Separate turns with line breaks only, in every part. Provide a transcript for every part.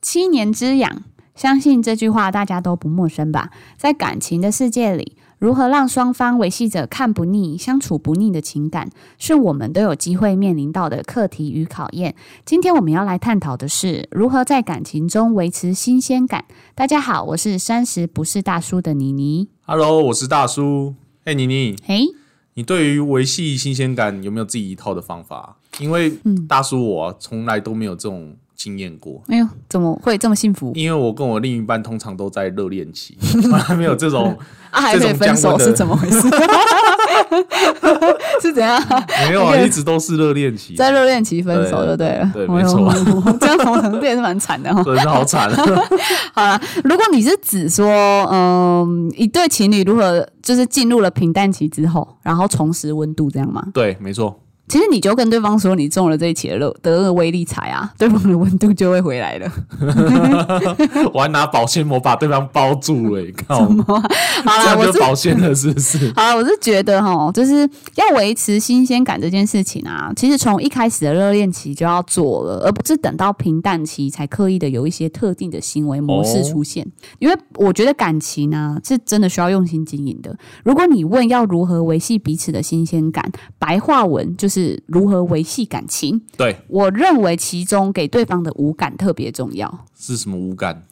七年之痒，相信这句话大家都不陌生吧？在感情的世界里，如何让双方维系着看不腻、相处不腻的情感，是我们都有机会面临到的课题与考验。今天我们要来探讨的是如何在感情中维持新鲜感。大家好，我是三十不是大叔的妮妮。
Hello，我是大叔。哎、妮妮，
诶，
你对于维系新鲜感有没有自己一套的方法？因为
嗯
大叔我啊从来都没有这种经验过，
哎呦，怎么会这么幸福
因为我跟我另一半通常都在热恋 期，从来没有这种
啊？还可以分手是怎么回事？ 是怎样？
没 有啊，
对
一直都是热恋期，
在热恋期分手就对了。
对没错
哎呦，这样我能也是蛮惨的哦。
真是好惨 啊！
好啦，如果你是指说，嗯，一对情侣如何就是进入了平淡期之后，然后重拾温度这样吗？
对，没错，
其实你就跟对方说你中了这一期的乐得了威力彩啊，对方的温度就会回来了。
我还拿保鲜膜把对方包住了、你看我
好
这
啦，
样
啊我
就是保鲜了，是不是？
好啦，我是觉得哈，就是要维持新鲜感这件事情啊，其实从一开始的热恋期就要做了，而不是等到平淡期才刻意的有一些特定的行为模式出现。因为我觉得感情啊，是真的需要用心经营的。如果你问要如何维系彼此的新鲜感，白话文就是如何维系感情。
对，
我认为其中给对方的五感特别重要。
是什么无感？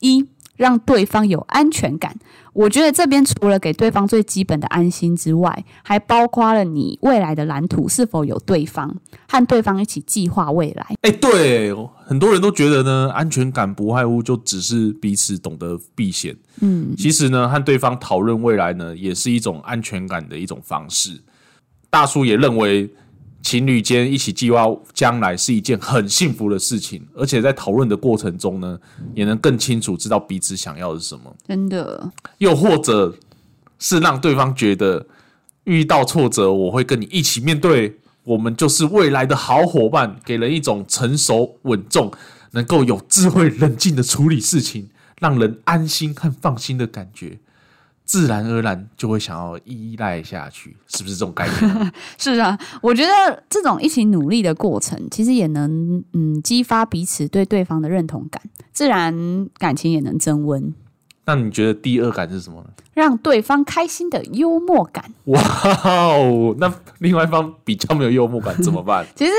一让对方有安全感。我觉得这边除了给对方最基本的安心之外，还包括了你未来的蓝图是否有对方，和对方一起计划未来。
哎、对，很多人都觉得呢，安全感不外乎就只是彼此懂得避险。嗯，其实呢，和对方讨论未来呢，也是一种安全感的一种方式。大叔也认为，情侣间一起计划将来是一件很幸福的事情，而且在讨论的过程中呢，也能更清楚知道彼此想要的是什么，
真的，
又或者是让对方觉得遇到挫折，我会跟你一起面对，我们就是未来的好伙伴，给人一种成熟稳重、能够有智慧冷静的处理事情，让人安心和放心的感觉，自然而然就会想要依赖下去，是不是这种概念？
是啊，我觉得这种一起努力的过程，其实也能嗯激发彼此对对方的认同感，自然感情也能增温。
那你觉得第二感是什么呢？
让对方开心的幽默感，
哇哦，那另外一方比较没有幽默感怎么办？
其实，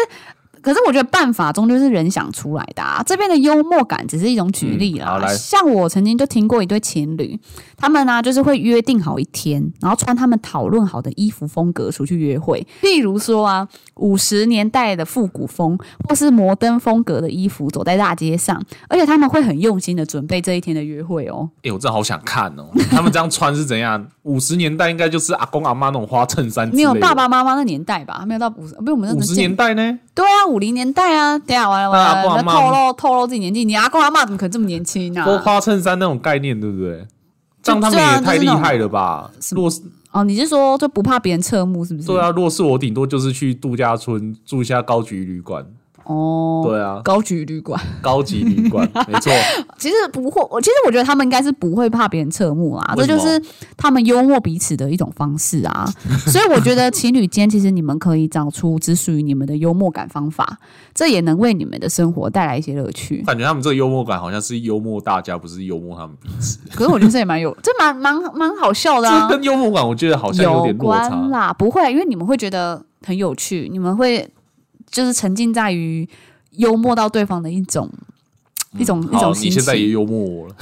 可是我觉得办法终究是人想出来的啊。这边的幽默感只是一种举例
嗯好
啦。
来
像我曾经就听过一对情侣，他们呢、就是会约定好一天，然后穿他们讨论好的衣服风格出去约会。例如说啊，五十年代的复古风或是摩登风格的衣服走在大街上，而且他们会很用心的准备这一天的约会哦。
哎、我真的好想看哦！他们这样穿是怎样？五十年代应该就是阿公阿妈那种花衬衫之
没
类的，
有爸爸妈妈那年代吧？没有到五十，不是我们那
五
种
十
见
年代呢？
对啊，五零年代啊，等一下完了
那阿
完
公
了，
阿
那
嬷
透露透露自己年纪，你阿公阿妈怎么可能这么年轻啊呢、
多花衬衫那种概念，对不对？这
就
样他们
这
也
样
太
就是
厉
那种
害了吧？若是
哦，你是说就不怕别人侧目是不是？
对啊，若是我顶多就是去度假村住一下高级旅馆，
哦，
对啊，
高级旅馆，
高级旅馆，没错，
其实不会，我其实我觉得他们应该是不会怕别人侧目啊，这
为什
就
么
是他们幽默彼此的一种方式 啊。所以我觉得情侣间其实你们可以找出只属于你们的幽默感方法，这也能为你们的生活带来一些乐趣。
感觉他们这个幽默感好像是幽默大家，不是幽默他们彼此。
可是我觉得这也蛮有，这蛮蛮蛮好笑的啊
这，跟幽默感我觉得好像有
有
点落差
关。啦，不会，因为你们会觉得很有趣，你们会就是沉浸在于幽默到对方的一种、一种一
嗯好，
种
你
心
现在也
情。
幽默我了。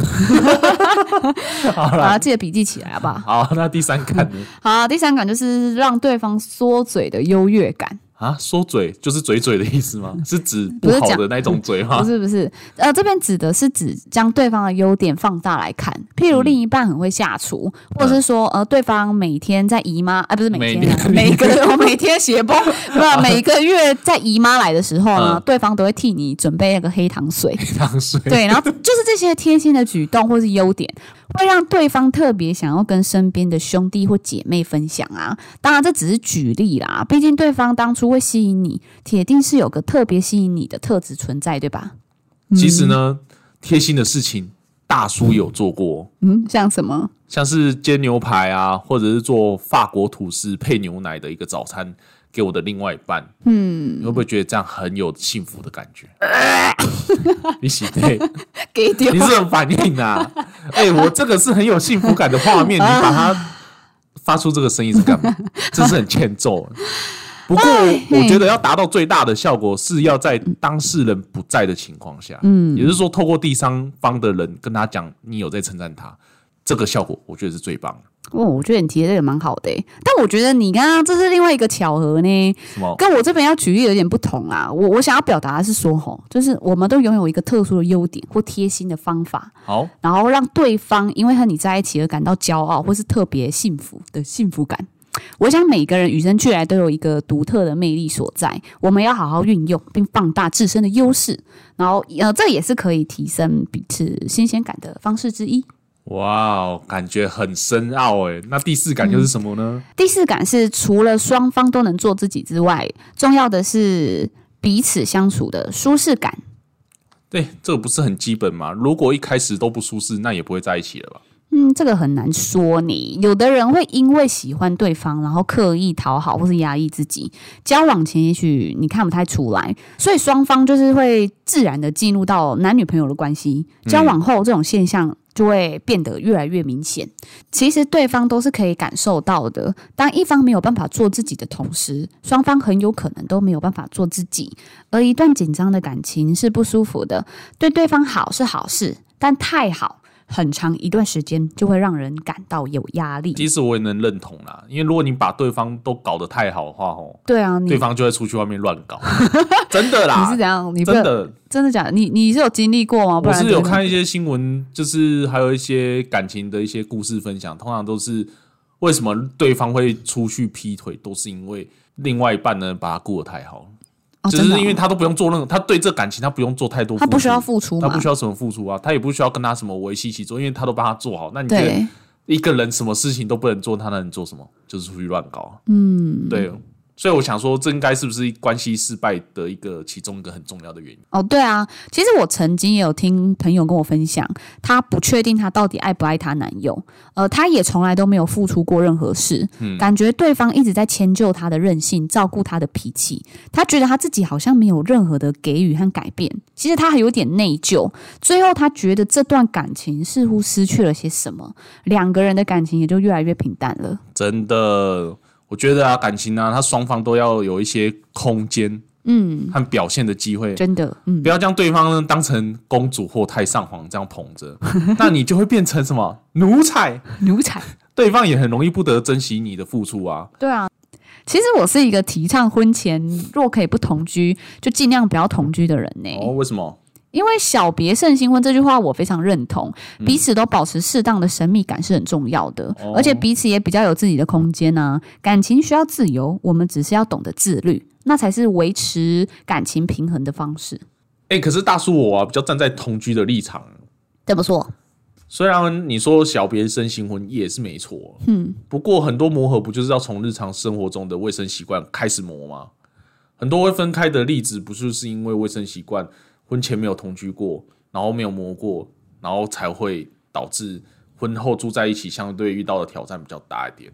把它记得笔记起来，好不好？
好，那第三看呢？
好，第三感就是让对方缩嘴的优越感，
啊，说嘴就是嘴嘴的意思吗？是指
不
不
是
好
讲
的那种嘴
不
吗？
是不是，呃，这边指的是指将对方的优点放大来看，譬如
嗯
另一半很会下厨，或者是说呃，对方每天在姨妈，啊，不是每
每
天啊， 每个我每天啊写崩， 不是，每个月在姨妈来的时候呢
嗯，
对方都会替你准备那个黑糖 水，
糖水。
对，然后就是这些贴心的举动或是优点，会让对方特别想要跟身边的兄弟或姐妹分享啊。当然，这只是举例啦，毕竟对方当初会吸引你，铁定是有个特别吸引你的特质存在，对吧？
其实呢，贴心的事情大叔有做过，
嗯，像什么？
像是煎牛排啊，或者是做法国吐司配牛奶的一个早餐，给我的另外一半，嗯，你会不会觉得这样很有幸福的感 觉？你喜对，
给丢
你这种反应啊！哎、我这个是很有幸福感的画面，你把它发出这个声音是干嘛？这是很欠揍。不过，我觉得要达到最大的效果，是要在当事人不在的情况下，嗯，也就是说，透过第三方的人跟他讲，你有在称赞他，这个效果我觉得是最棒的。
哦，我觉得你提的这个蛮好的欸、但我觉得你刚刚这是另外一个巧合呢，
什么？
跟我这边要举例有点不同啊。我我想要表达的是说，吼，就是我们都拥有一个特殊的优点或贴心的方法，
好，
然后让对方因为和你在一起而感到骄傲或是特别幸福的幸福感。我想每个人与生俱来都有一个独特的魅力所在，我们要好好运用并放大自身的优势，然后呃，这也是可以提升彼此新鲜感的方式之一。
哇哦，感觉很深奥哎。那第四感又是什么呢？
第四感是除了双方都能做自己之外，重要的是彼此相处的舒适感。
对，哎这个不是很基本吗？如果一开始都不舒适，那也不会在一起了吧？
嗯，这个很难说你。有的人会因为喜欢对方，然后刻意讨好或是压抑自己。交往前也许你看不太出来，所以双方就是会自然的进入到男女朋友的关系。
嗯
交往后，这种现象就会变得越来越明显。其实对方都是可以感受到的。当一方没有办法做自己的同时，双方很有可能都没有办法做自己。而一段紧张的感情是不舒服的，对对方好是好事，但太好。很长一段时间就会让人感到有压力。
其实我也能认同啦，因为如果你把对方都搞得太好的话，哦，
对啊，你
对方就会出去外面乱搞， 真的
你是
啦
怎，样？你不
真的。
真的假的？你你是有经历过吗？不
我
然
是有
怎么
看一些新闻，就是还有一些感情的一些故事分享，通常都是为什么对方会出去劈腿，都是因为另外一半呢把他顾得太好了，
哦，
就
真的哦
是因为他都不用做任何，他对这感情他不用做太多，
他不需要。付出
他
嘛，
不需要什么付出啊，他也不需要跟他什么维系其中，因为他都帮他做好。那你觉得
对，
一个人什么事情都不能做，他能做什么？就是出去乱搞。嗯，对。所以我想说，这应该是不是关系失败的一个其中一个很重要的原因？
哦，对啊。其实我曾经也有听朋友跟我分享，她不确定她到底爱不爱她男友，呃，她也从来都没有付出过任何事，
嗯
感觉对方一直在迁就她的任性，照顾她的脾气，她觉得她自己好像没有任何的给予和改变。其实她还有点内疚，最后她觉得这段感情似乎失去了些什么，两个人的感情也就越来越平淡了。
真的，我觉得啊，感情啊，它双方都要有一些空间，嗯，和表现的机会，
真的，嗯，
不要将对方呢当成公主或太上皇这样捧着，那你就会变成什么奴才？
奴才。
对方也很容易不得珍惜你的付出啊。
对啊，其实我是一个提倡婚前若可以不同居，就尽量不要同居的人呢、
哦，为什么？
因为“小别胜新婚”这句话我非常认同，彼此都保持适当的神秘感是很重要的，
嗯哦
而且彼此也比较有自己的空间啊。感情需要自由，我们只是要懂得自律，那才是维持感情平衡的方式。
哎、可是大叔我啊，比较站在同居的立场，啊
怎么说？
虽然你说小别胜新婚也是没错，嗯，不过很多磨合不就是要从日常生活中的卫生习惯开始磨吗？很多会分开的例子，不就是因为卫生习惯，婚前没有同居过，然后没有磨过，然后才会导致婚后住在一起相对遇到的挑战比较大一点。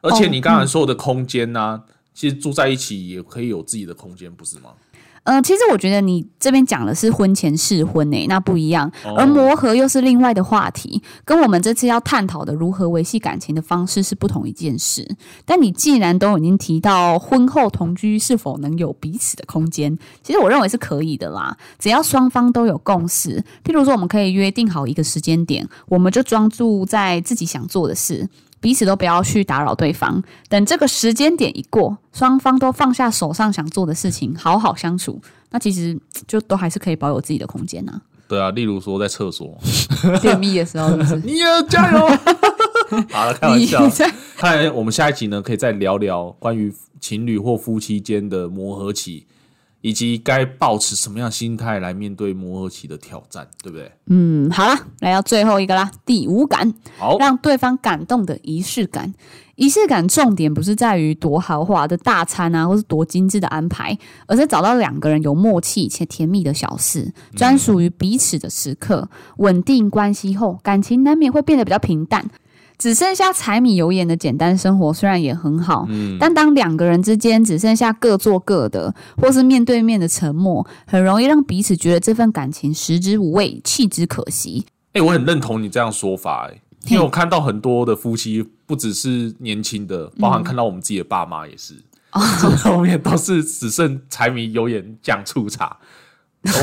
而且你刚才说的空间呢、其实住在一起也可以有自己的空间，不是吗？
呃，其实我觉得你这边讲的是婚前试婚诶、那不一样，
哦
而磨合又是另外的话题，跟我们这次要探讨的如何维系感情的方式是不同一件事。但你既然都已经提到婚后同居是否能有彼此的空间，其实我认为是可以的啦，只要双方都有共识。譬如说，我们可以约定好一个时间点，我们就专注在自己想做的事。彼此都不要去打扰对方，等这个时间点一过，双方都放下手上想做的事情，好好相处，那其实就都还是可以保有自己的空间呐、
对啊，例如说在厕所，？
便秘的时候是不是
你也加油。好了，开玩笑
你。在
看来我们下一集呢，可以再聊聊关于情侣或夫妻间的磨合期，以及该保持什么样的心态来面对磨合期的挑战，对不对？
嗯，好啦，来到最后一个啦，第五感，
好，
让对方感动的仪式感。仪式感重点不是在于多豪华的大餐啊，或是多精致的安排，而是找到两个人有默契且甜蜜的小事，专属于彼此的时刻。稳定关系后，感情难免会变得比较平淡。只剩下柴米油盐的简单生活，虽然也很好，但当两个人之间只剩下各做各的，或是面对面的沉默，很容易让彼此觉得这份感情食之无味，弃之可惜。
哎、我很认同你这样说法、哎，因为我看到很多的夫妻，不只是年轻的，
嗯
包含看到我们自己的爸妈也是，
哦
走到后面都是只剩柴米油盐酱醋茶，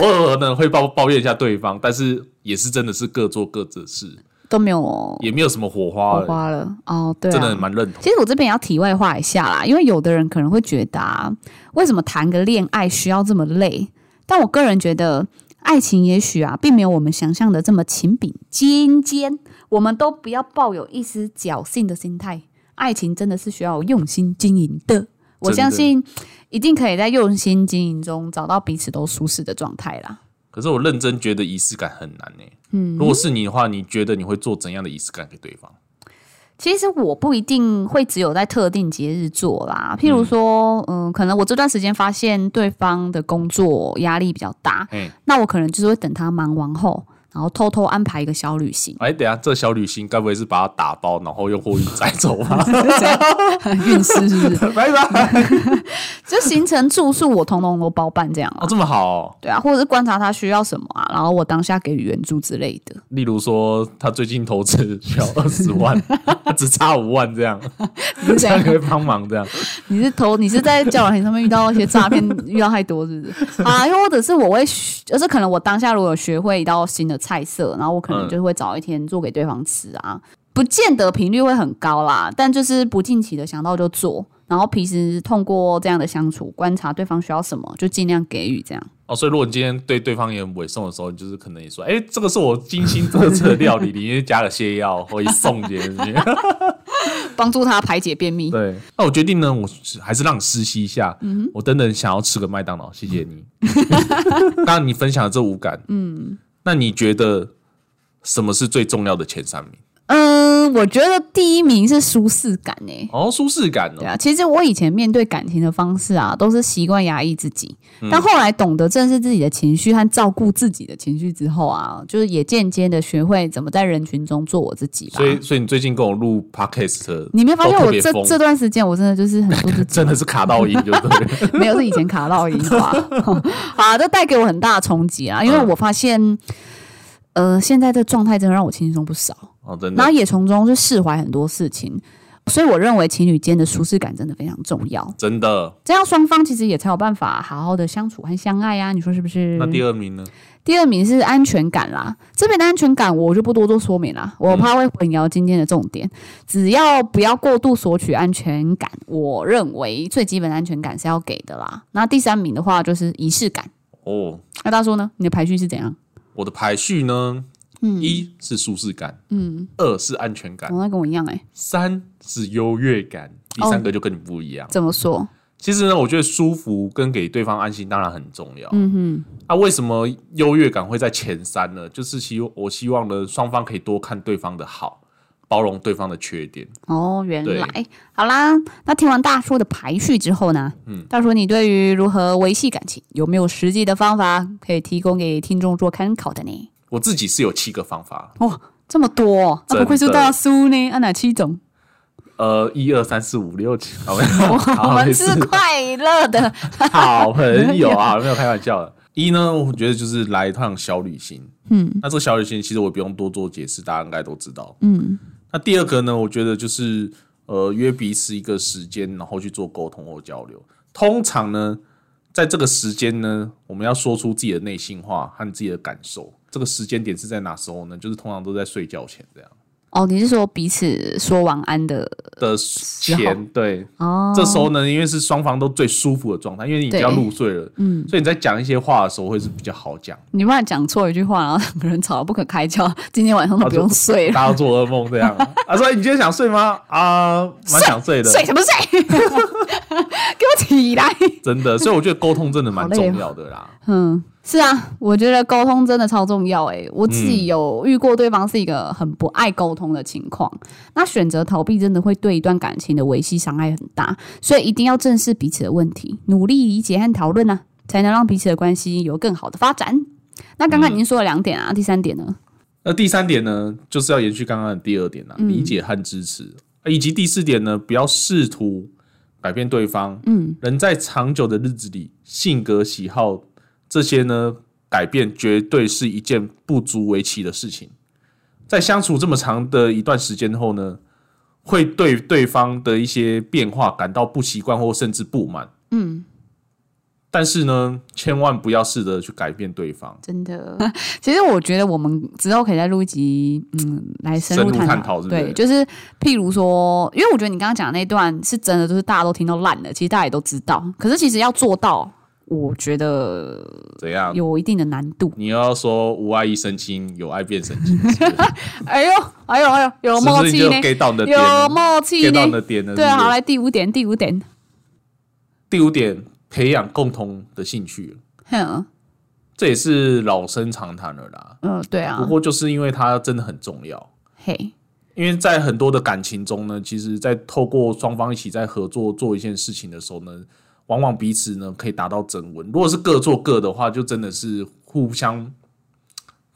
偶尔呢会抱抱怨一下对方，但是也是真的是各做各的事，
都没有
也没有什么火花
火
了，
花了哦，对、啊，
真的蛮认同。
其实我这边也要题外话一下啦，因为有的人可能会觉得啊，为什么谈个恋爱需要这么累？但我个人觉得，爱情也许啊，并没有我们想象的这么情比金坚。我们都不要抱有一丝侥幸的心态，爱情真的是需要用心经营的。我
真的
相信，一定可以在用心经营中找到彼此都舒适的状态啦。
可是我认真觉得仪式感很难呢、嗯，如果是你的话，你觉得你会做怎样的仪式感给对方？
其实我不一定会只有在特定节日做啦，譬如说，嗯、可能我这段时间发现对方的工作压力比较大，
哎、，
那我可能就是会等他忙完后，然后偷偷安排一个小旅行
哎，等一下这小旅行该不会是把它打包，然后用货运载走吧？
运势是不是？
拜拜！
就行程住宿我通通都包办这样
哦，
啊。
这么好哦、
对啊，或者是观察他需要什么啊，然后我当下给予援助之类的。
例如说，他最近投资需要二十 万，他只差五万这样，
你是
这
怎
样
样？
可以帮忙这样。
你是投你是在交友软件上面遇到一些诈骗，遇到太多是不是？啊，又或者是我会学，就是可能我当下如果有学会一道新的菜色，然后我可能
嗯
就会找一天做给对方吃啊，不见得频率会很高啦，但就是不定期的想到就做，然后平时通过这样的相处观察对方需要什么，就尽量给予这样。
哦，所以如果你今天对对方也很委送的时候，你就是可能也说，哎、这个是我精心特制的料理，里面加了泻药，或一送进去。
帮助他排解便秘。
对，那我决定呢，我是还是让你实习一下。
嗯
我等等想要吃个麦当劳，谢谢你。 刚刚你分享的这五感，嗯，那你觉得什么是最重要的前三名？
嗯，我觉得第一名是舒适感欸诶、
哦，舒适感
对
哦，
啊，其实我以前面对感情的方式啊，都是习惯压抑自己，
嗯
但后来懂得正视自己的情绪和照顾自己的情绪之后啊，就是也间接的学会怎么在人群中做我自己吧
所。以所以你最近跟我录 podcast，
你没发现
都特
我
别
这
疯
这段时间我真的就是很做自己
真
吗，
的是卡到音，就对了。
没有是以前卡到音吧？ 好啊，这带给我很大的冲击啊，因为
嗯
我发现，呃，现在这状态真的让我轻松不少。
哦，真的
然后，也从中就释怀很多事情。所以我认为情侣间的舒适感真的非常重要，
真的。
这样双方其实也才有办法好好的相处和相爱呀、啊，你说是不是？
那第二名呢？
第二名是安全感啦，这边的安全感我就不多做说明啦，
嗯
我怕会混淆今天的重点。只要不要过度索取安全感，我认为最基本的安全感是要给的啦。那第三名的话就是仪式感，
哦，
那大叔呢？你的排序是怎样？
我的排序呢？
嗯
一是舒适感，嗯，二是安全感，
我那跟我一样哎、
三是优越感，第
哦
三个就跟你不一样。
怎么说？
其实呢，我觉得舒服跟给对方安心当然很重要。嗯哼，啊，为什么优越感会在前三呢？就是希我希望呢，双方可以多看对方的好，包容对方的缺点。
哦，原
对
来好啦。那听完大叔的排序之后呢？嗯，大叔，你对于如何维系感情有没有实际的方法可以提供给听众做参考的呢？
我自己是有七个方法，
哦，这么多、哦，那、
真的
不愧是大叔呢？啊，哪七种？
呃，一二三四五六七，好没有
我
好没
们
事
是快乐的，
好朋友啊，没有开玩笑的。一呢，我觉得就是来一趟小旅行，嗯，那这个小旅行其实我不用多做解释，大家应该都知道，嗯。那第二个呢，我觉得就是呃约彼此一个时间，然后去做沟通或交流。通常呢，在这个时间呢，我们要说出自己的内心话和自己的感受。这个时间点是在哪时候呢？就是通常都在睡觉前这样
哦，你是说彼此说晚安的
的
候
前，对，
哦？
这时候呢，因为是双方都最舒服的状态，因为你已经要
对
入睡了，嗯，所以你在讲一些话的时候会是比较好讲，
你不然讲错一句话，然后两个人吵得不可开交，今天晚上都
啊
不用
就
睡了，
大家做噩梦这样啊。所以你今天想睡吗？啊，蛮想睡的，
睡什么睡？ 给我起来！
真的。所以我觉得沟通真的蛮
好累哦
重要的啦。
嗯，是啊，我觉得沟通真的超重要诶、我自己有遇过对方是一个很不爱沟通的情况，那选择逃避真的会对一段感情的维系伤害很大，所以一定要正视彼此的问题，努力理解和讨论啊，才能让彼此的关系有更好的发展。那刚刚已经说了两点啊，第三点呢？
那第三点呢，就是要延续刚刚的第二点
嗯
啦，理解和支持，啊以及第四点呢，不要试图改变对方。
嗯，
人在长久的日子里，性格、喜好这些呢改变，绝对是一件不足为奇的事情。在相处这么长的一段时间后呢，会对对方的一些变化感到不习惯或甚至不满。
嗯，
但是呢，千万不要试着去改变对方，
真的。 其实我觉得我们之后可以再录一集，嗯，来深
深入
探
探讨是不是
对，就是譬如说，因为我觉得你刚刚讲的那段是真的，就是大家都听到烂了，其实大家也都知道。可是其实要做到，我觉得
怎样？
有一定的难度。
你又要说无爱一身轻，有爱变神经，是不是
哎呦，哎呦，哎呦，有
是
默
不是你
契
就
呢，
get 到你的点
有
了
默契
？get 到你
呢
的。点了。
对
是
啊，
不是
好，来第五点，第五点，
第五点，培养共同的兴趣，
哼，
这也是老生常谈了啦。
嗯、对
不
啊，
过就是因为它真的很重要，
嘿，
因为在很多的感情中呢，其实，在透过双方一起在合作做一件事情的时候呢，往往彼此呢可以达到增温。如果是各做各的话，就真的是互相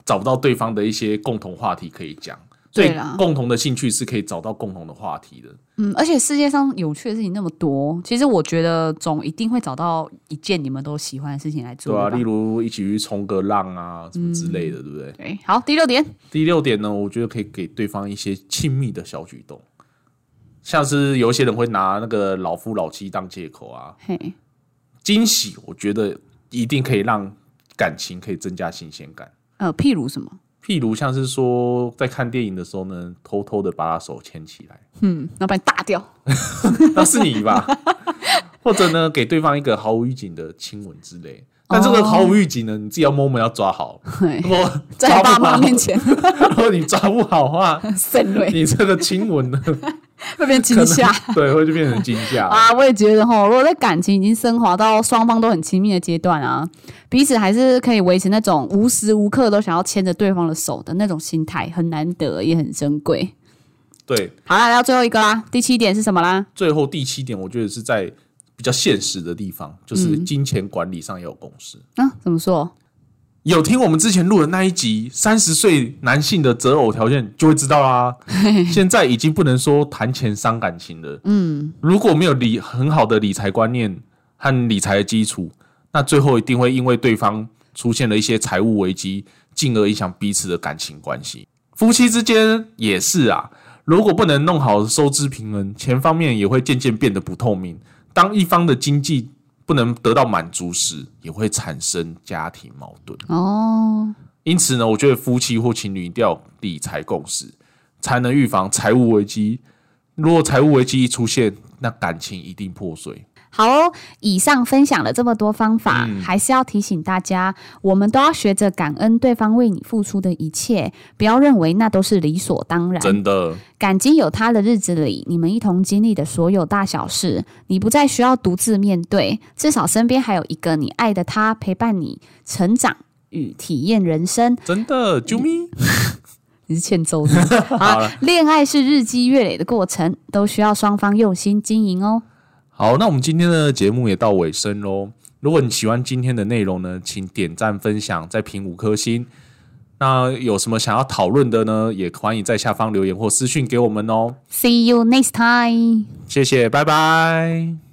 找不到对方的一些共同话题可以讲。所以
对啦
共同的兴趣是可以找到共同的话题的。
嗯，而且世界上有趣的事情那么多，其实我觉得总一定会找到一件你们都喜欢的事情来做
对啊，
吧
例如一起去冲个浪啊，什么之类
嗯
的，对不对？
对，好，第六点，
第六点呢，我觉得可以给对方一些亲密的小举动，像是有一些人会拿那个老夫老妻当借口啊，
嘿，
惊喜，我觉得一定可以让感情可以增加新鲜感。
呃，譬如什么，
譬如像是说，在看电影的时候呢，偷偷的把他手牵起来，
嗯，然后把你打掉，
那是你 吧？或者呢，给对方一个毫无预警的亲吻之类。
哦
但这个毫无预警呢，你自己要 moment 要抓好，
嘿
如，果抓
在爸
不
妈
好，
面前 哎
如果你抓不好的话，
神瑞
你这个亲吻呢，
会被惊吓。
对，会就变成惊吓。
啊，我也觉得哈，如果在感情已经升华到双方都很亲密的阶段啊，彼此还是可以维持那种无时无刻都想要牵着对方的手的那种心态，很难得，也很珍贵。
对，
好啦，来到最后一个啦，第七点是什么啦？
最后第七点，我觉得是在比较现实的地方，就是
嗯
金钱管理上要有共识。
啊，怎么说？
有听我们之前录的那一集，三十岁男性的择偶条件就会知道啦。现在已经不能说谈钱伤感情了。
嗯，
如果没有理很好的理财观念和理财的基础，那最后一定会因为对方出现了一些财务危机，进而影响彼此的感情关系。夫妻之间也是啊，如果不能弄好收支平衡，钱方面也会渐渐变得不透明。当一方的经济不能得到满足时，也会产生家庭矛盾。
哦，
因此呢，我觉得夫妻或情侣一定要有理财共识，才能预防财务危机。如果财务危机一出现，那感情一定破碎。
好哦，以上分享了这么多方法，还是要提醒大家，我们都要学着感恩对方为你付出的一切，不要认为那都是理所当然。
真的，
感激有他的日子里，你们一同经历的所有大小事，你不再需要独自面对，至少身边还有一个你爱的他陪伴你成长与体验人生。
真的，啾咪！
你是欠揍的。好，恋爱是日积月累的过程，都需要双方用心经营哦。
好，那我们今天的节目也到尾声喽。如果你喜欢今天的内容呢，请点赞、分享，再评五颗星。那有什么想要讨论的呢？也欢迎在下方留言或私讯给我们哦。
See you next time.
谢谢，拜拜。